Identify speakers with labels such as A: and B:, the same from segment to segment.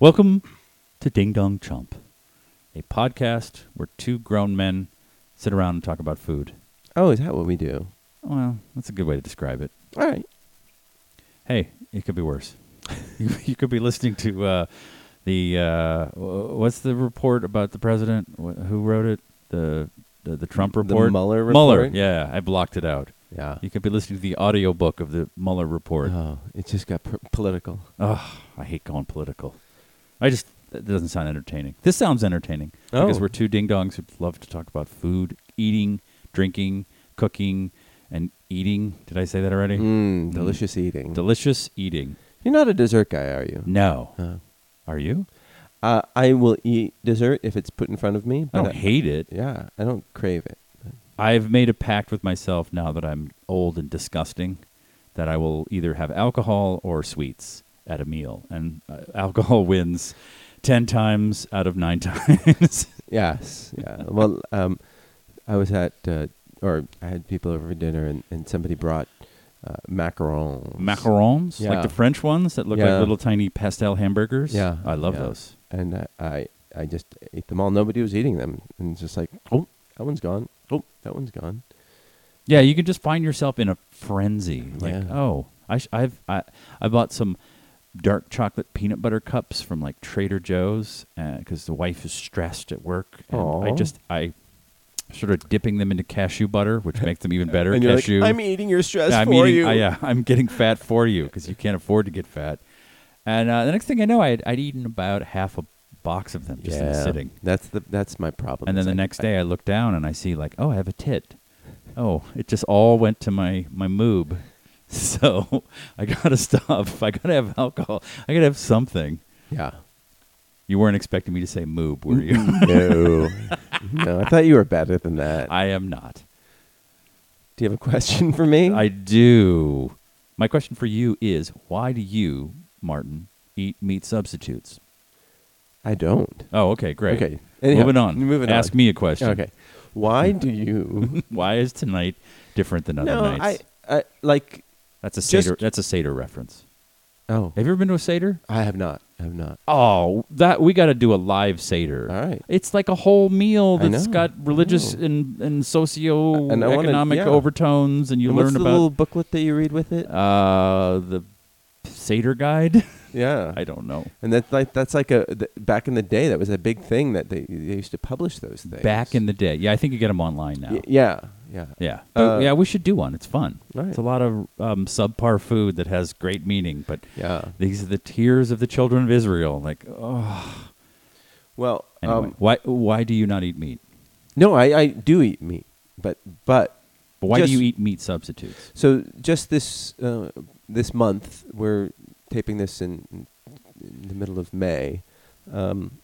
A: Welcome to Ding Dong Chomp, a podcast where two grown men sit around and talk about food.
B: Oh, is that what we do?
A: Well, that's a good way to describe it.
B: All right.
A: Hey, it could be worse. you, you could be listening to uh, the uh, wh- what's the report about the president? Wh- who wrote it? The the, the Trump report. Mueller.
B: Mueller report?
A: Yeah, I blocked it out.
B: Yeah.
A: You could be listening to the audiobook of the Mueller report.
B: Oh, it just got per- political.
A: Oh, I hate going political. I just that doesn't sound entertaining. This sounds entertaining because
B: Oh.
A: we're two ding dongs who love to talk about food, eating, drinking, cooking, and eating. Did I say that already?
B: Mm, delicious eating.
A: Delicious eating.
B: You're not a dessert guy, are you?
A: No,
B: No.
A: are you?
B: Uh, I will eat dessert if it's put in front of me.
A: I
B: But
A: don't hate it.
B: Yeah, I don't crave it.
A: I've made a pact with myself now that I'm old and disgusting that I will either have alcohol or sweets at a meal, and uh, alcohol wins ten times out of nine times.
B: Yes. Yeah. well, um, I was at, uh, or I had people over for dinner, and, and somebody brought uh, macarons.
A: macarons, like
B: Yeah.
A: the French ones that look like
B: Yeah.
A: little tiny pastel hamburgers.
B: Yeah.
A: I love
B: yeah.
A: those.
B: And I, I, I just ate them all. Nobody was eating them, and it's just like, oh, that one's gone. Oh, that one's gone.
A: Yeah, you can just find yourself in a frenzy. Like,
B: Yeah.
A: oh, I sh- I've I, I bought some dark chocolate peanut butter cups from like Trader Joe's because the wife is stressed at work, and I
B: Aw.
A: just I started dipping them into cashew butter, which makes them even better.
B: And you're like,
A: cashew.
B: I'm eating your stress
A: Yeah, I'm
B: for
A: eating-
B: you.
A: I- yeah, I'm getting fat for you because you can't afford to get fat. And uh, the next thing I know, I'd, I'd eaten about half a box of them just in sitting.
B: That's the that's my problem.
A: And then
B: is
A: the
B: I-
A: next
B: I-
A: day, I look down and I see like, oh, I have a tit. Oh, it just all went to my my moob. So I gotta stop. I gotta have alcohol. I gotta have something.
B: yeah.
A: You weren't expecting me to say moob, were you?
B: No, no. I thought you were better than that.
A: I am not.
B: Do you have a question for me?
A: I do. My question for you is, why do you, Martin, eat meat substitutes?
B: I don't.
A: Oh, okay, great.
B: Okay. Anyhow,
A: moving on.
B: moving on.
A: Ask me a question.
B: Okay. Why do you?
A: Why is tonight different than other
B: no,
A: nights?
B: I, I like.
A: that's a
B: just-
A: Seder. That's a Seder reference.
B: Oh,
A: Have you ever been to a Seder?
B: I have not. I have not.
A: Oh, that we got to do a live Seder.
B: All right.
A: It's like a whole meal
B: I
A: that's
B: know,
A: got
B: I
A: religious
B: know.
A: and, and socio
B: And I wanna-
A: economic
B: yeah.
A: overtones, and you
B: And
A: learn
B: what's the
A: about
B: little booklet that you read with it?
A: uh, the Seder guide.
B: yeah.
A: I don't know.
B: and that's like that's like a th- back in the day that was a big thing that they, they used to publish those things.
A: Back in the day, yeah, I think you get them online now.
B: Y- yeah yeah
A: Yeah,
B: Uh,
A: But, yeah, we should do one. It's fun.
B: Right.
A: It's a lot of um, subpar food that has great meaning, but
B: yeah. Um,
A: these are the tears of the children of Israel. Like, oh,
B: Well,
A: anyway,
B: um,
A: why why do you not eat meat?
B: No, I, I do eat meat, but but
A: But why
B: Just-
A: do you eat meat substitutes?
B: so just this uh, this month we're taping this in, in the middle of May. Um,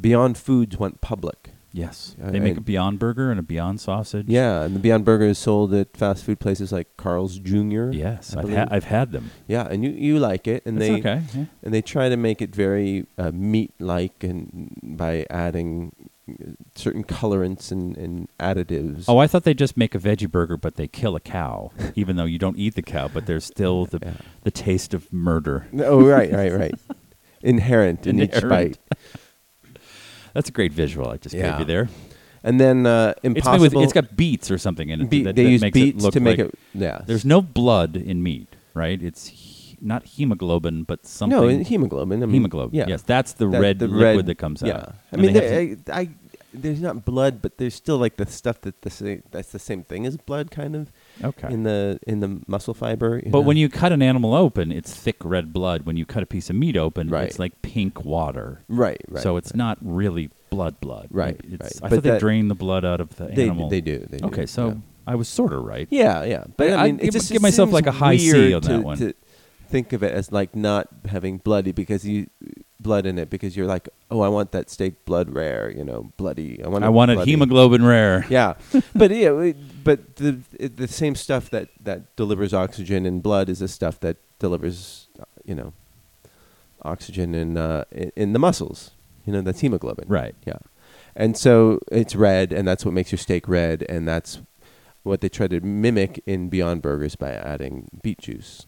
B: Beyond Foods went public.
A: Yes,
B: I-
A: they make
B: I-
A: a Beyond Burger and a Beyond Sausage.
B: Yeah, and the Beyond Burger is sold at fast food places like Carl's Jr.
A: Yes,
B: I
A: I've,
B: believe.
A: ha- I've had them.
B: yeah, and you, you like it, and
A: That's
B: they
A: okay. yeah.
B: and they try to make it very uh, meat-like, and by adding uh, certain colorants and, and additives.
A: Oh, I thought they just make a veggie burger, but they kill a cow, even though you don't eat the cow. But there's still the
B: Yeah.
A: the taste of murder.
B: oh, right, right, right. Inherent in each
A: Inherent.
B: bite.
A: That's a great visual. I just gave
B: Yeah.
A: you there.
B: And then uh,
A: It's made
B: impossible.
A: with, it's got beets or something in it.
B: Be-
A: that,
B: they
A: that
B: use
A: makes it
B: beets
A: look
B: to make
A: like-
B: it. Yeah.
A: There's no blood in meat, right? It's he- not hemoglobin, but something.
B: no in hemoglobin. I mean,
A: hemoglobin.
B: Yeah.
A: Yes, that's the
B: That-
A: red
B: the
A: liquid
B: red-
A: that comes
B: yeah.
A: out.
B: I
A: And
B: mean,
A: they
B: there-
A: have-
B: I, I, there's not blood, but there's still like the stuff that the sa- that's the same thing as blood, kind of
A: okay.
B: in the in the muscle fiber.
A: but when you cut an animal open, it's thick red blood. When you cut a piece of meat open,
B: Right.
A: it's like pink water.
B: right, right.
A: so it's not really blood, blood.
B: Right,
A: It's,
B: right.
A: I
B: But
A: thought they
B: that-
A: drain the blood out of the
B: they
A: animal.
B: they do. They do,
A: Okay, so
B: yeah.
A: I was sort of right.
B: Yeah, yeah.
A: I-
B: But I,
A: I
B: mean,
A: give-
B: it just
A: give
B: it
A: myself,
B: seems
A: like, a high C
B: weird
A: on
B: to,
A: that one.
B: To think of it as like not having bloody because you blood in it because you're like, oh, I want that steak blood rare, you know, bloody. I want.
A: I
B: it
A: wanted
B: bloody.
A: hemoglobin rare.
B: Yeah, but yeah, it- but the it- the same stuff that that delivers oxygen in blood is the stuff that delivers, uh, you know, oxygen in uh, i- in the muscles. You know, that's hemoglobin.
A: Right.
B: Yeah. And so it's red, and that's what makes your steak red, and that's what they try to mimic in Beyond Burgers by adding beet juice.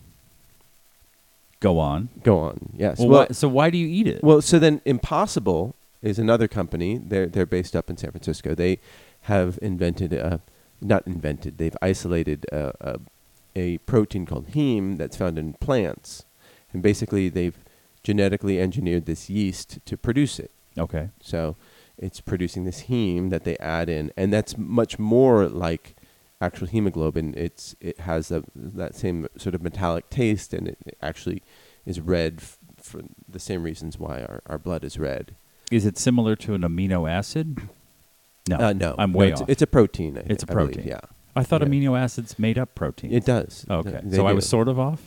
A: Go on.
B: Go on. Yes.
A: Well,
B: Well,
A: why, so why do you eat it?
B: well, so then Impossible is another company. They're they're based up in San Francisco. They have invented a not invented. They've isolated a, a, a protein called heme that's found in plants, and basically they've genetically engineered this yeast to produce it.
A: okay.
B: So it's producing this heme that they add in, and that's much more like actual hemoglobin. It's it has a, that same sort of metallic taste, and it, it actually is red f- for the same reasons why our, our blood is red.
A: Is it similar to an amino acid? No.
B: Uh, no,
A: I'm
B: No,
A: way
B: it's,
A: off.
B: It's a protein. I,
A: It's a
B: I believe,
A: protein.
B: yeah,
A: I thought
B: yeah.
A: amino acids made up protein.
B: it does.
A: Okay.
B: They
A: so I
B: do.
A: was sort of off?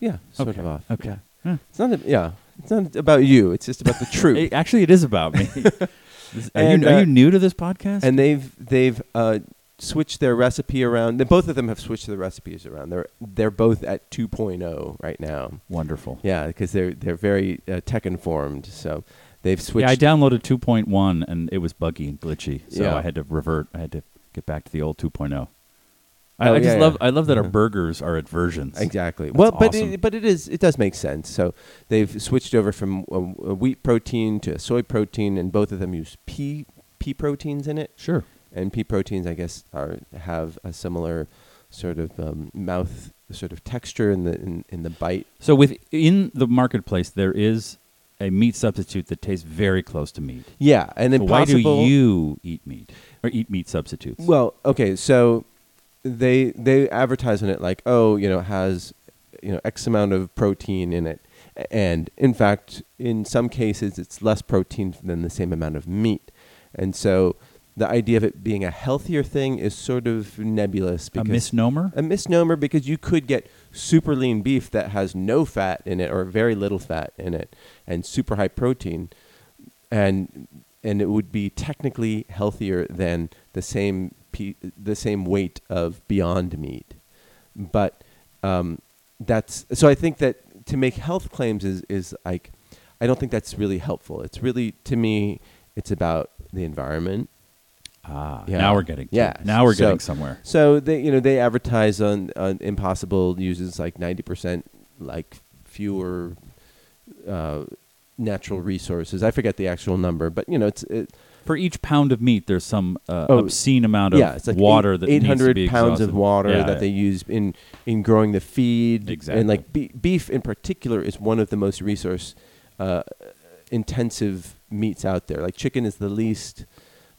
B: yeah, sort
A: okay.
B: of off.
A: Okay.
B: yeah.
A: Huh.
B: It's not. A, yeah. It's not about you. It's just about the truth.
A: It- actually, it is about me. This- are,
B: And,
A: you, are
B: uh,
A: you new to this podcast?
B: and they've they've uh, switched their recipe around. They, both of them have switched their recipes around. They're they're both at 2.0 right now.
A: Wonderful.
B: Yeah, because they're they're very uh, tech informed. So they've switched.
A: Yeah, I downloaded 2.1 and it was buggy and glitchy, so
B: Yeah.
A: I had to revert. I had to get back to the old 2.0. I,
B: Oh,
A: I just
B: yeah,
A: love.
B: yeah.
A: I love that our burgers are at versions.
B: Exactly.
A: That's
B: well, but
A: awesome.
B: it, but it is it does make sense. So they've switched over from uh, uh, wheat protein to soy protein, and both of them use pea pea proteins in it.
A: Sure.
B: And pea proteins, I guess, are have a similar sort of um, mouth sort of texture in the in, in the bite.
A: So within the marketplace, there is a meat substitute that tastes very close to meat.
B: Yeah, and
A: So why do
B: impossible.
A: you eat meat or eat meat substitutes?
B: Well, okay, so they they advertise on it like, oh, you know, it has you know X amount of protein in it, and in fact, in some cases, it's less protein than the same amount of meat, and so the idea of it being a healthier thing is sort of nebulous
A: a
B: because Uh,
A: misnomer.
B: a misnomer because you could get super lean beef that has no fat in it or very little fat in it and super high protein and and it would be technically healthier than the same pe- the same weight of beyond meat but um, that's so I think that to make health claims is is like I don't think that's really helpful it's really to me it's about the environment
A: ah,
B: yeah.
A: now we're getting. to-
B: Yeah,
A: Now we're
B: so-
A: getting somewhere.
B: so they, you know, they advertise on, on Impossible uses like ninety percent like fewer uh, natural resources. I forget the actual number, but you know, it's it,
A: For each pound of meat, there's some uh,
B: Oh,
A: obscene amount of
B: yeah, it's like
A: water that
B: eight
A: needs to
B: hundred
A: be
B: pounds
A: exhausted.
B: of water
A: Yeah,
B: that
A: yeah.
B: they use in in growing the feed.
A: Exactly.
B: and like be- beef in particular is one of the most resource uh, intensive meats out there. Like chicken is the least,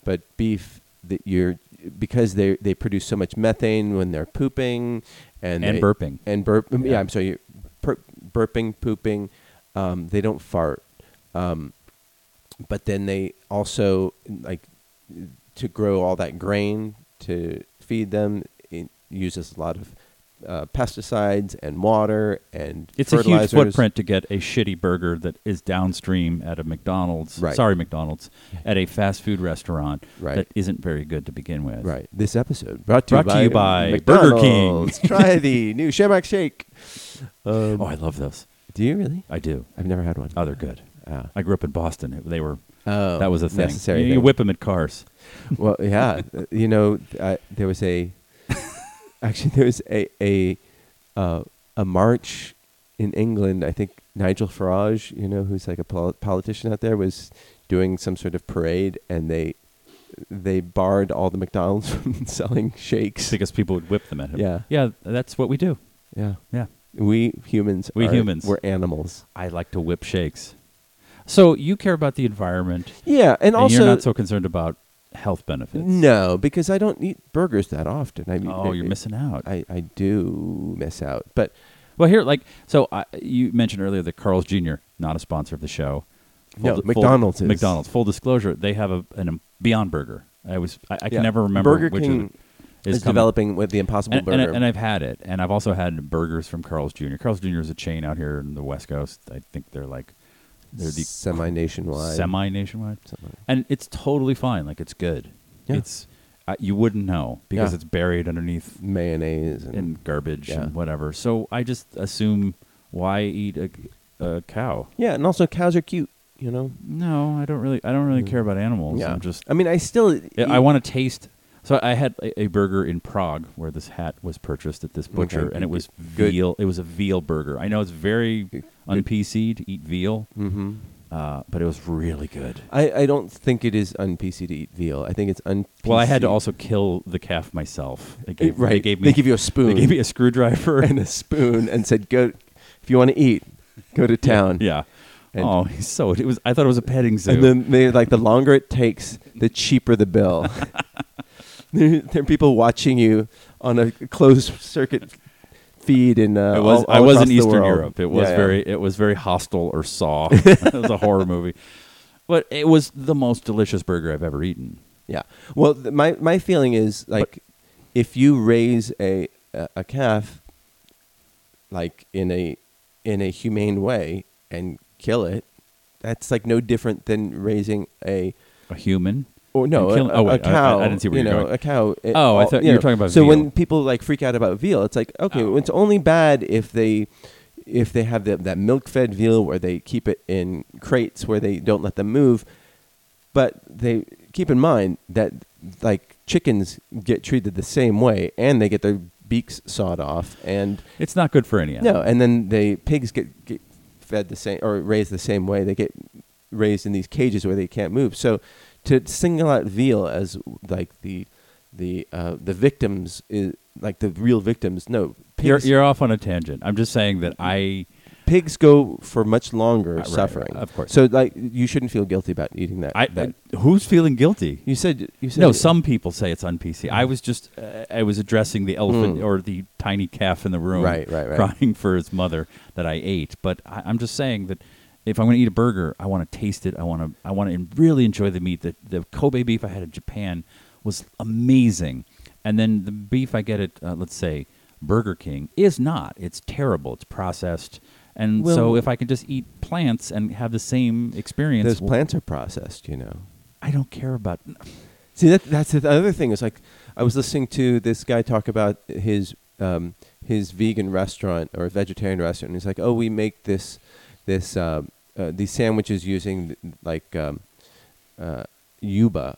B: but beef that you're because they they produce so much methane when they're pooping and
A: and
B: they-
A: burping.
B: and burp. Yeah,
A: Yeah.
B: I'm sorry. you- Pur- burping, pooping. Um, they don't fart, um, but then they also like to grow all that grain to feed them. It uses a lot of uh, pesticides and water and
A: It's a huge
B: fertilizers.
A: footprint to get a shitty burger that is downstream at a McDonald's.
B: Right.
A: Sorry, McDonald's, at a fast food restaurant
B: Right.
A: that isn't very good to begin with.
B: Right. This episode brought to
A: Brought to
B: you
A: you
B: by,
A: by Burger King.
B: McDonald's. Try the new Shamrock Shake. Um,
A: Oh, I love those.
B: do you really?
A: I do.
B: I've never had one.
A: Oh, they're good.
B: Ah.
A: I grew up in Boston. It- they were
B: Oh,
A: that was a thing.
B: Necessary
A: You, you
B: thing.
A: whip them at cars.
B: well, yeah, th- you know, th- I, there was a actually there was a a uh, a march in England. I think Nigel Farage, you know, who's like a pol- politician out there, was doing some sort of parade, and they they barred all the McDonald's from selling shakes.
A: because people would whip them at him.
B: Yeah.
A: Yeah, that's what we do.
B: Yeah,
A: Yeah.
B: we humans.
A: We
B: are-
A: humans.
B: We're animals.
A: I like to whip shakes. So you care about the environment
B: Yeah, and,
A: and,
B: also
A: you're not so concerned about health benefits.
B: no, because I don't eat burgers that often. I mean,
A: Oh,
B: I-
A: you're missing out.
B: I I do miss out, but
A: Well, here, like, so I, you mentioned earlier that Carl's Jr. not a sponsor of the show.
B: No, McDonald's is.
A: McDonald's. Full disclosure, they have a an, um, Beyond Burger. I was I, I
B: Yeah.
A: can never remember
B: Burger
A: which
B: King
A: of it
B: is,
A: coming.
B: developing with the Impossible
A: And, and,
B: Burger.
A: I- and I've had it, and I've also had burgers from Carl's Jr. Carl's Jr. is a chain out here in the West Coast. I think they're like they're the
B: semi nationwide.
A: semi nationwide, and it's totally fine. Like it's good.
B: Yeah.
A: It's uh, you wouldn't know because
B: Yeah.
A: it's buried underneath
B: mayonnaise and,
A: and garbage
B: Yeah.
A: and whatever. So I just assume why eat a, a cow?
B: yeah, and also cows are cute. You know,
A: No, I don't really. I don't really care about animals.
B: yeah.
A: I'm just.
B: I mean, I still.
A: I- I want to taste. So I had a, a burger in Prague where this hat was purchased at this butcher,
B: Okay.
A: and it was
B: Good.
A: veal. It was a veal burger. I know it's very
B: Good.
A: un PC to eat veal,
B: Mm-hmm.
A: uh, but it was really good.
B: I, I don't think it is un PC to eat veal. I think it's un.
A: Well, I had to also kill the calf myself. They
B: Eh,
A: gave,
B: right.
A: They gave me.
B: give you a spoon.
A: they gave me a screwdriver
B: and a spoon and said, "Go if you want to eat, go to town."
A: Yeah.
B: And-
A: oh, he's so it was. I thought it was a petting zoo.
B: And then they like the longer it takes, the cheaper the bill. there, there are people watching you on a closed circuit feed in. Uh,
A: it was.
B: all-
A: I
B: all
A: was
B: across
A: in
B: the
A: Eastern
B: world.
A: Europe. It was
B: Yeah, yeah.
A: very. It was very hostile or Saw. it was a horror movie, but it was the most delicious burger I've ever eaten.
B: Yeah. Well, th- my my feeling is like if you raise a a a calf like in a in a humane way and kill it, that's like no different than raising a
A: A human.
B: or no
A: And kill-
B: a,
A: oh,
B: a
A: wait, I- I-
B: cow.
A: I didn't see where
B: you
A: you were
B: know
A: going.
B: a cow. it-
A: Oh, I thought you were
B: know.
A: talking about
B: So when
A: veal.
B: people like freak out about veal, it's like okay,
A: Oh.
B: it's only bad if they. If they have the, that milk-fed veal where they keep it in crates where they don't let them move, but they keep in mind that like chickens get treated the same way and they get their beaks sawed off and
A: It's not good for any animal.
B: no and then they pigs get, get fed the same or raised the same way they get raised in these cages where they can't move so to single out veal as like the the uh, the victims is like the real victims no
A: you're
B: pigs,
A: you're off on a tangent. I'm just saying that I.
B: pigs go for much longer
A: Uh, right,
B: suffering
A: right, of course.
B: so like you shouldn't feel guilty about eating that
A: I,
B: that-
A: who's feeling guilty?
B: you said you said
A: No, some people say it's on PC. I was just uh, I was addressing the elephant
B: Mm-hmm. Mm.
A: or the tiny calf in the room,
B: Right, right, right.
A: crying for his mother that I ate. But I, I'm just saying that if I'm going to eat a burger, I want to taste it. I want to I want to really enjoy the meat. The the Kobe beef I had in Japan was amazing, and then the beef I get at uh, let's say Burger King is not. It's terrible. It's processed. And
B: Well-
A: so, if I can just eat plants and have the same experience,
B: those
A: well,
B: plants are processed you know
A: I don't care about.
B: See, that, that's the other thing. Is like I was listening to this guy talk about his um, his vegan restaurant or vegetarian restaurant. And he's like, "Oh, we make this this uh, uh, these sandwiches using like um, uh, yuba,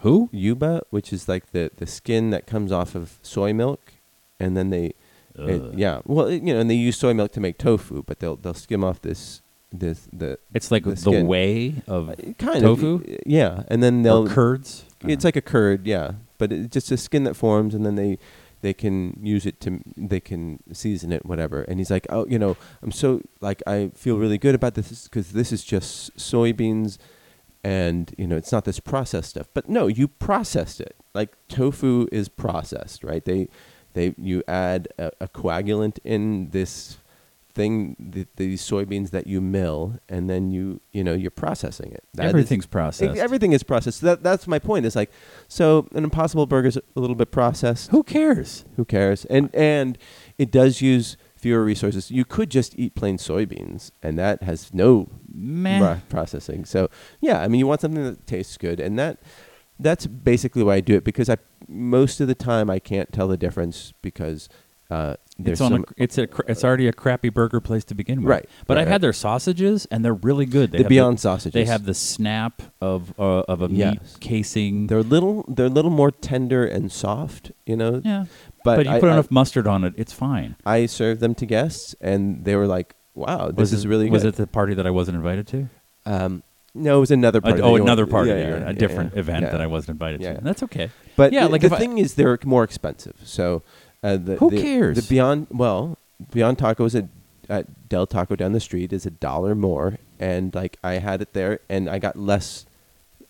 A: Who?
B: yuba, which is like the the skin that comes off of soy milk, and then they it-
A: Ugh.
B: yeah, well, it- you know, and they use soy milk to make tofu, but they'll they'll skim off this this the
A: It's like
B: the
A: the,
B: skin.
A: way of
B: kind
A: tofu
B: of yeah, and then
A: or
B: they'll
A: curds.
B: it's like a curd, yeah, but it's just a skin that forms, and then they they can use it to they can season it, whatever. And he's like, oh, you know, I'm so like I feel really good about this because this is just soybeans, and you know, it's not this processed stuff. But no, you processed it. Like tofu is processed, right? They they you add a, a coagulant in this thing the, the soybeans that you mill and then you you know you're processing it That is-
A: everything's processed.
B: Ex- Everything is processed. So that, that's my point. Is like, so an Impossible Burger is a little bit processed.
A: Who cares?
B: Who cares? And and it does use fewer resources. You could just eat plain soybeans, and that has no
A: Meh.
B: ra- processing. So yeah, I mean, you want something that tastes good, and that that's basically why I do it because I most of the time I can't tell the difference because uh,
A: It's
B: there's
A: on. A,
B: some
A: it's a. cr- It's already a crappy burger place to begin with.
B: Right,
A: But
B: right,
A: I've
B: right.
A: had their sausages, and they're really good. They
B: the
A: have
B: Beyond sausages.
A: They have the snap of uh, of a meat
B: Yes.
A: casing.
B: they're little they're a little more tender and soft, you know.
A: yeah.
B: But,
A: But, you
B: I-
A: put
B: I-
A: enough mustard on it, it's fine.
B: I served them to guests, and they were like, "Wow, this
A: was
B: is
A: it,
B: really good."
A: Was it the party that I wasn't invited to?
B: Um, no, it was another
A: Uh,
B: party.
A: oh,
B: They
A: another
B: weren't-
A: party.
B: yeah,
A: that you're
B: yeah,
A: in,
B: yeah,
A: a different
B: yeah,
A: event
B: yeah.
A: that I wasn't invited
B: Yeah,
A: to.
B: yeah.
A: That's okay.
B: But
A: yeah,
B: the,
A: like
B: the
A: if I-
B: thing is, they're more expensive. So, uh, the,
A: Who
B: the-
A: cares?
B: The Beyond well, Beyond Taco is a at Del Taco down the street is a dollar more, and like I had it there, and I got less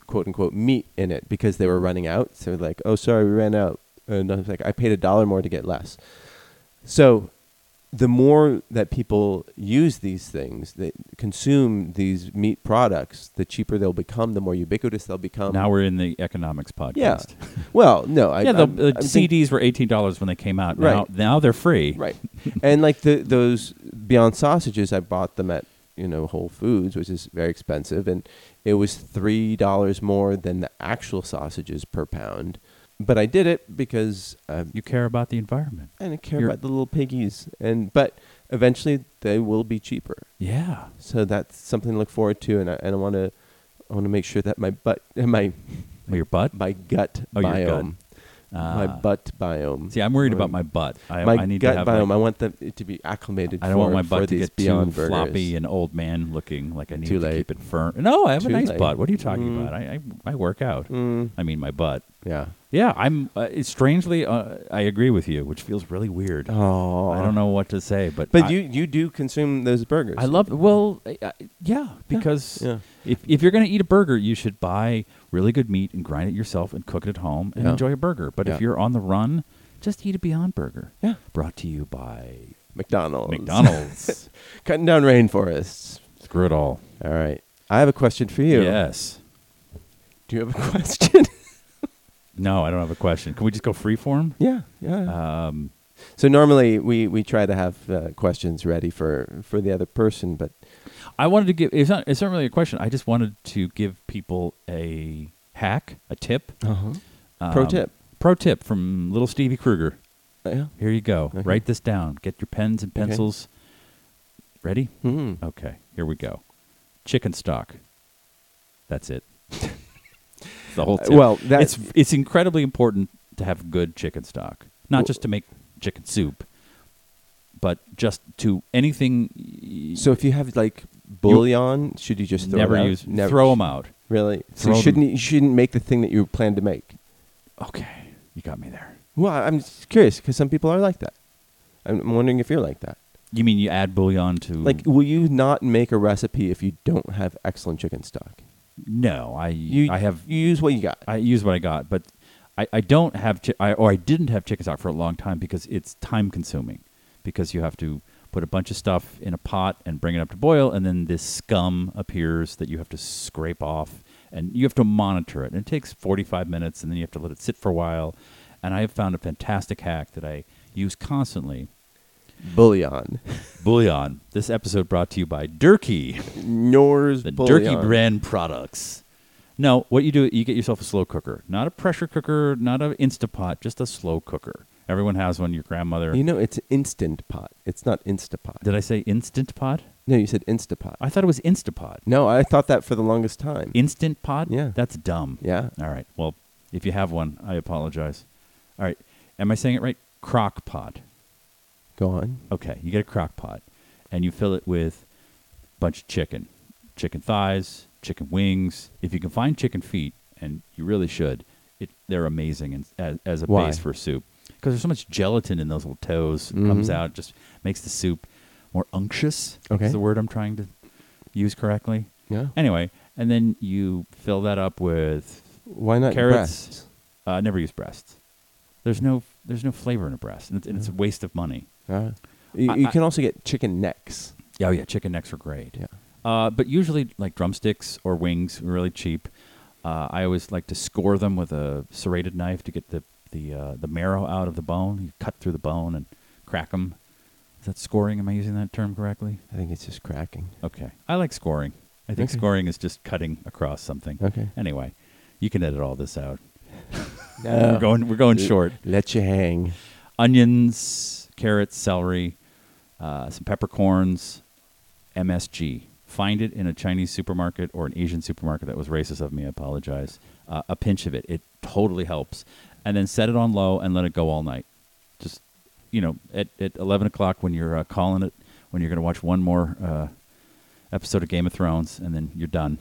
B: quote unquote meat in it because they were running out. So like, oh, sorry, we ran out, and I was like, I paid a dollar more to get less. So, the more that people use these things, that consume these meat products, the cheaper they'll become, the more ubiquitous they'll become.
A: now we're in the economics podcast.
B: yeah. Well, no, I
A: yeah, the
B: I'm-
A: the
B: I'm think-
A: CDs were eighteen dollars when they came out. Now,
B: Right.
A: now they're free.
B: right? and like the those Beyond sausages, I bought them at you know Whole Foods, which is very expensive, and it was three dollars more than the actual sausages per pound. But I did it because uh,
A: You care about the environment.
B: I didn't care
A: You're-
B: about the little piggies, and but eventually they will be cheaper.
A: Yeah.
B: So that's something to look forward to, and I, and I want to I want to make sure that my butt and my
A: Well, your butt.
B: my gut
A: Oh, your
B: biome
A: gut.
B: my
A: Ah.
B: butt biome.
A: See, I'm worried
B: My-
A: about my butt. I,
B: my
A: I need
B: gut
A: to have
B: biome.
A: like-
B: I want them it to be acclimated.
A: I don't want
B: for-
A: my
B: for
A: butt to
B: these
A: get too
B: beyond
A: floppy
B: burgers.
A: and old man looking. Like I need
B: Too
A: to
B: late.
A: keep it firm. No, I have
B: Too
A: a nice
B: late.
A: butt. What are you talking
B: Mm.
A: about? I, I I work out.
B: Mm,
A: I mean, my butt.
B: yeah.
A: Yeah, I'm. Uh, it's strangely, uh, I agree with you, which feels really weird.
B: Oh,
A: I don't know what to say, but
B: But
A: I,
B: you you do consume those burgers.
A: I love. Well, I, I, yeah, because
B: Yeah.
A: if if you're gonna eat a burger, you should buy really good meat and grind it yourself and cook it at home and
B: Yeah.
A: enjoy a burger. But
B: Yeah.
A: if you're on the run, just eat a Beyond Burger.
B: Yeah.
A: Brought to you by
B: McDonald's.
A: McDonald's.
B: Cutting down rainforests.
A: Screw it all.
B: All right. I have a question for you.
A: Yes.
B: Do you have a question?
A: No, I don't have a question. Can we just go freeform?
B: yeah. Yeah.
A: Um,
B: so normally we, we try to have uh, questions ready for, for the other person, but
A: I wanted to give. It's not. It's not really a question. I just wanted to give people a hack, a tip,
B: pro
A: Um,
B: tip.
A: pro tip from little Stevie Kruger.
B: Yeah.
A: Here you go.
B: Okay.
A: Write this down. Get your pens and
B: Okay.
A: pencils. Ready?
B: hmm
A: Okay. Here we go. Chicken stock. That's it. the whole
B: Uh,
A: tip.
B: well, that-
A: it's it's incredibly important to have good chicken stock, not just to make chicken soup, but just to anything. y-
B: So if you have like bouillon, should you just throw
A: never
B: it out?
A: use throw them out.
B: Really? So
A: throw
B: you
A: them.
B: shouldn't you shouldn't make the thing that you plan to make.
A: Okay, you got me there.
B: Well, I'm just curious because some people are like that. I'm I'm wondering if you're like that.
A: You mean you add bouillon to
B: Like, will you not make a recipe if you don't have excellent chicken stock?
A: No, I
B: You,
A: I have
B: you use what you got.
A: I use what I got, but I, I don't have chi- I, or I didn't have chicken stock for a long time because it's time consuming because you have to put a bunch of stuff in a pot and bring it up to boil and then this scum appears that you have to scrape off and you have to monitor it and it takes 45 minutes and then you have to let it sit for a while and I have found a fantastic hack that I use constantly
B: Bouillon.
A: bouillon this episode brought to you by Durkee
B: Nor's
A: the
B: bouillon.
A: Durkee brand products. No, what you do, you get yourself a slow cooker, not a pressure cooker, not an Instapot, just a slow cooker. Everyone has one. Your grandmother.
B: You know, it's instant pot. It's not Instapot.
A: Did I say Instant Pot?
B: no, you said Instapot.
A: I thought it was Instapot.
B: no, I thought that for the longest time.
A: Instant Pot?
B: Yeah.
A: That's dumb.
B: yeah.
A: All right. Well, if you have one, I apologize. All right. Am I saying it right? Crock pot.
B: Go on.
A: Okay, you get a crock pot and you fill it with a bunch of chicken. Chicken thighs, chicken wings. If you can find chicken feet, and you really should, it, they're amazing in, as, as a
B: Why?
A: base for soup. Because there's so much gelatin in those little toes. It comes
B: Mhm.
A: out, just makes the soup more unctuous.
B: Okay.
A: Is the word I'm trying to use correctly.
B: Yeah.
A: Anyway, and then you fill that up with,
B: Why not
A: carrots.
B: breasts?
A: uh, never use breasts. There's no, there's no flavor in a breast, and it's, and it's a waste of money.
B: Uh, you,
A: I-
B: you
A: I-
B: can also get chicken necks.
A: Yeah, oh yeah, chicken necks are great.
B: Yeah.
A: Uh, but usually, like drumsticks or wings, are really cheap. Uh, I always like to score them with a serrated knife to get the the uh, the marrow out of the bone. You cut through the bone and crack them. Is that scoring? Am I using that term correctly?
B: I think it's just cracking.
A: Okay, I like scoring. I think
B: Okay.
A: scoring is just cutting across something.
B: Okay.
A: Anyway, you can edit all this out.
B: No.
A: We're going we're going
B: L-
A: short.
B: Let you hang.
A: Onions, carrots, celery, uh, some peppercorns, MSG. Find it in a Chinese supermarket or an Asian supermarket that was racist of me. I apologize. Uh, a pinch of it. It totally helps. And then set it on low and let it go all night. Just, you know, at, at 11 o'clock when you're uh, calling it, when you're going to watch one more uh, episode of Game of Thrones, and then you're done.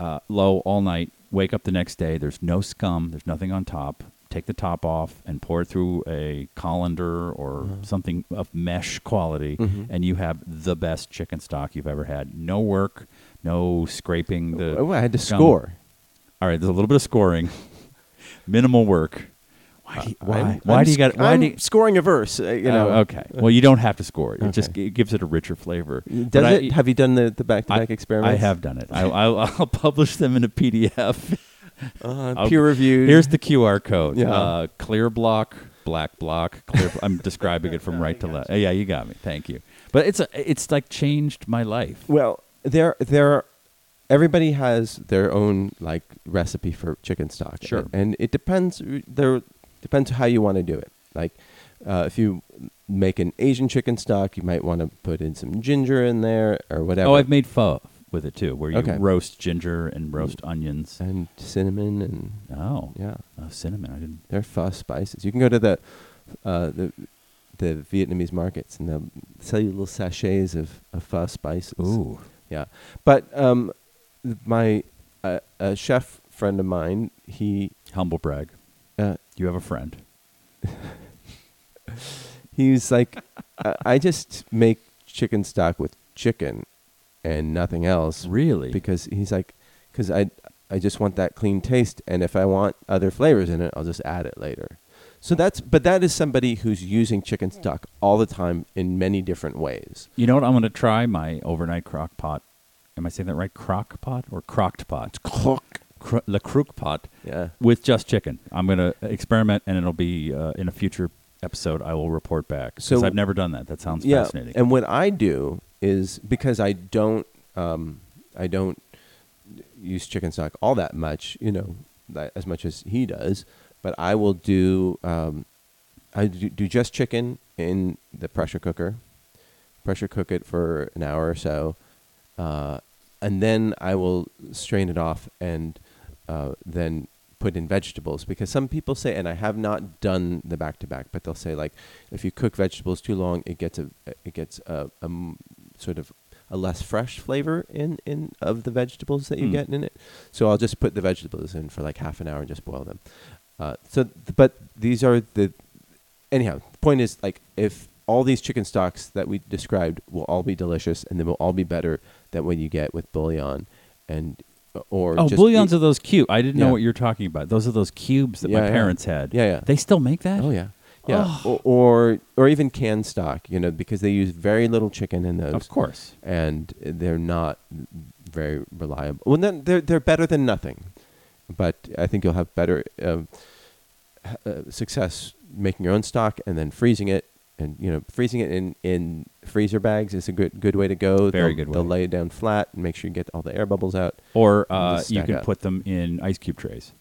A: Uh, low all night. Wake up the next day. There's no scum. There's nothing on top. Take the top off and pour it through a colander or
B: Mhm.
A: something of mesh quality
B: Mhm.
A: and you have the best chicken stock you've ever had. No work, no scraping the.
B: oh, I had to
A: gum.
B: score.
A: All right, there's a little bit of scoring, minimal work. Why? Do you, why?
B: Uh, I'm-
A: why
B: I'm
A: do you got?
B: sc-
A: Why
B: I'm
A: do you?
B: scoring a verse? uh, you know.
A: Oh, okay. Well, you don't have to score. It just
B: Okay.
A: g- it gives it a richer flavor. But
B: Does
A: I-
B: it? have you done the, the back-to-back
A: I-
B: experiments?
A: I have done it. I, I'll, I'll publish them in a PDF.
B: Uh,
A: I'll-
B: peer reviewed.
A: Here's the QR code.
B: Yeah.
A: Uh, clear block, black block. Clear. I'm describing it from right to left. Yeah, you got me. Thank you. But it's a, it's like changed my life.
B: Well, there, there. Everybody has their own like recipe for chicken stock.
A: Sure.
B: and it depends. There depends how you want to do it. Like, uh, if you make an Asian chicken stock, you might want to put in some ginger in there or whatever.
A: Oh, I've made pho.
B: Okay.
A: roast ginger and roast onions.
B: and cinnamon and
A: Oh,
B: yeah,
A: oh, cinnamon! I didn't.
B: they're pho spices. You can go to the uh, the the Vietnamese markets and they'll sell you little sachets of, of pho spices.
A: Ooh,
B: Yeah, but um, th- my uh, a chef friend of mine, he
A: humble brag.
B: uh,
A: You have a friend.
B: he was like, I, I just make chicken stock with chicken and nothing else.
A: Really?
B: because he's like, because I I just want that clean taste, and if I want other flavors in it, I'll just add it later. So that's but that is somebody who's using chicken stock all the time in many different ways.
A: you know what? I'm going to try my overnight crock pot. Am I saying that right? Crock pot or crocked pot?
B: Cook.
A: Cro- Le crook pot
B: Yeah.
A: with just chicken. I'm going to experiment, and it'll be uh, in a future episode. I will report back. So
B: So-
A: I've never done that. That sounds fascinating.
B: And what I do is because I don't, um, I don't use chicken stock all that much, you know, that, as much as he does. But I will do, um, I do, do just chicken in the pressure cooker, pressure cook it for an hour or so, uh, and then I will strain it off and uh, then put in vegetables because some people say, and I have not done the back to back, but they'll say like, if you cook vegetables too long, it gets a it gets a, a m- sort of a less fresh flavor in in of the vegetables that you
A: Hmm.
B: get in it. So I'll just put the vegetables in for like half an hour and just boil them. Uh, so, th- but these are the anyhow. The point is like if all these chicken stocks that we described will all be delicious, and they will all be better than what you get with bouillon, and uh, or
A: oh,
B: just
A: bouillons
B: eat-
A: are those cute. I didn't
B: Yeah.
A: know what you were talking about. Those are those cubes that
B: Yeah,
A: my
B: yeah.
A: parents had.
B: Yeah, yeah.
A: They still make that?
B: Oh yeah, yeah. Or, or or even canned stock, you know, because they use very little chicken in those,
A: Of course.
B: and they're not very reliable. Well, then they're they're better than nothing, but I think you'll have better uh, h- uh, success making your own stock and then freezing it. And you know, freezing it in, in freezer bags is a good good way to go.
A: Very
B: They'll-
A: good
B: They'll
A: way.
B: lay it down flat and make sure you get all the air bubbles out.
A: Or uh,
B: Just
A: you
B: stack
A: can
B: up.
A: put them in ice cube trays.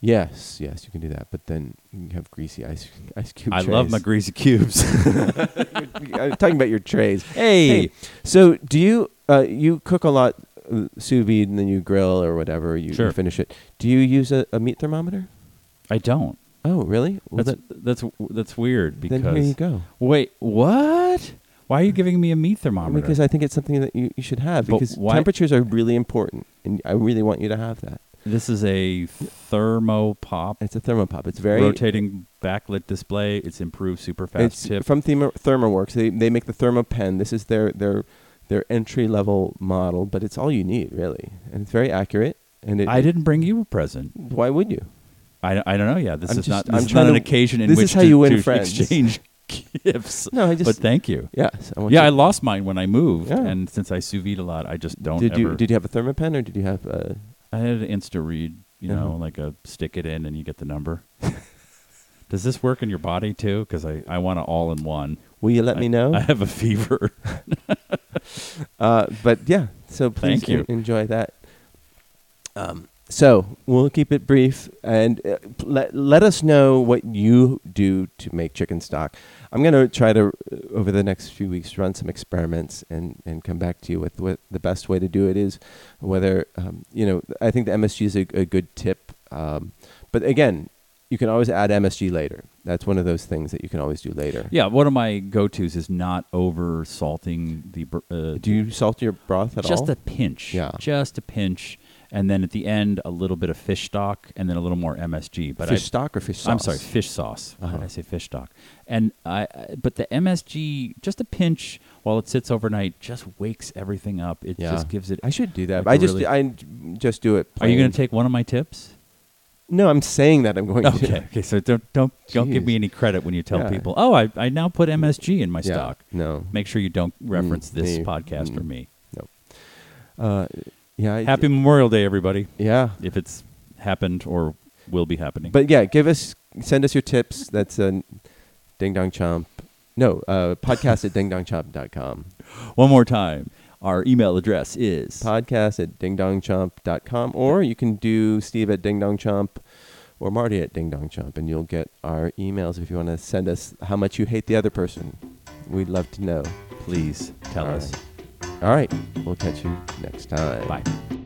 B: Yes, yes, you can do that. But then you have greasy ice ice cube.
A: I love
B: trays.
A: my greasy cubes.
B: I'm uh, talking about your trays.
A: hey.
B: Hey, so do you uh, you cook a lot uh, sous vide and then you grill or whatever you, you
A: Sure.
B: finish it? Do you use a, a meat thermometer?
A: I don't.
B: Oh, really? Well,
A: That's that's that's weird
B: then,
A: because
B: then here you go.
A: Wait, what? Why are you giving me a meat thermometer?
B: Because I think it's something that you, you should have
A: But
B: because
A: why-
B: temperatures are really important, and I really want you to have that.
A: this is a thermopop
B: It's a thermopop. It's very
A: rotating backlit display. It's improved super fast
B: it's
A: tip.
B: from Thermo, ThermoWorks. They they make the ThermoPen. This is their their their entry level model, but it's all you need really, and it's very accurate. And it,
A: I didn't bring you a present.
B: Why would you?
A: I, I don't know. Yeah, this
B: I'm
A: is
B: just-
A: not. This
B: I'm
A: is
B: trying
A: not an
B: to-
A: occasion in
B: this
A: which
B: is how
A: to,
B: you win
A: to
B: friends.
A: exchange gifts.
B: No, I just
A: but thank you.
B: yes. I want
A: Yeah,
B: you-
A: I lost mine when I moved,
B: Yeah.
A: and since I sous vide a lot, I just don't
B: did
A: ever.
B: you did you have a thermopen or did you have a
A: I had an Insta read, you know,
B: Uh-huh.
A: like a stick it in and you get the number. Does this work in your body too? Because I, I want it all in one.
B: will you let
A: I-
B: me know
A: I have a fever.
B: uh, but yeah so please
A: Thank you.
B: en- enjoy that um, so we'll keep it brief and uh, p- let, let us know what you do to make chicken stock i'm going to try to uh, over the next few weeks run some experiments and, and come back to you with what the best way to do it is whether um, you know i think the msg is a, a good tip um, but again you can always add msg later that's one of those things that you can always do later
A: yeah, one of my go tos is not over salting the. br- Uh,
B: Do you salt your broth at
A: just
B: all?
A: a pinch.
B: Yeah.
A: Just a pinch. And then at the end, a little bit of fish stock and then a little more MSG. But
B: fish
A: I,
B: stock or fish sauce?
A: I'm sorry, fish sauce. Why
B: Uh-huh.
A: did I say fish stock? And I, I, but the MSG, just a pinch while it sits overnight, just wakes everything up. It
B: Yeah.
A: just gives it.
B: I should do that.
A: Like
B: but I
A: a
B: just
A: really-
B: I just do it.
A: Are you going
B: plain.
A: to take one of my tips?
B: No, I'm saying that I'm going to.
A: Okay. Okay. So don't don't don't give
B: Jeez.
A: me any credit when you tell
B: Yeah.
A: people, oh, I, I now put MSG in my
B: Yeah,
A: stock.
B: No.
A: Make sure you don't reference this
B: me.
A: podcast or
B: Mm.
A: me.
B: Uh, yeah. I-
A: Happy Memorial Day, everybody.
B: Yeah.
A: If it's happened or will be happening.
B: But yeah, give us send us your tips. That's uh, ding dong chomp. No, uh, podcast at dingdongchomp.com.
A: one more time, our email address is
B: Podcast at dingdongchomp.com. Or you can do Steve at dingdongchomp or Marty at dingdongchomp, and you'll get our emails if you want to send us how much you hate the other person. We'd love to know.
A: please tell
B: All
A: us.
B: right. All right. We'll catch you next time.
A: Bye.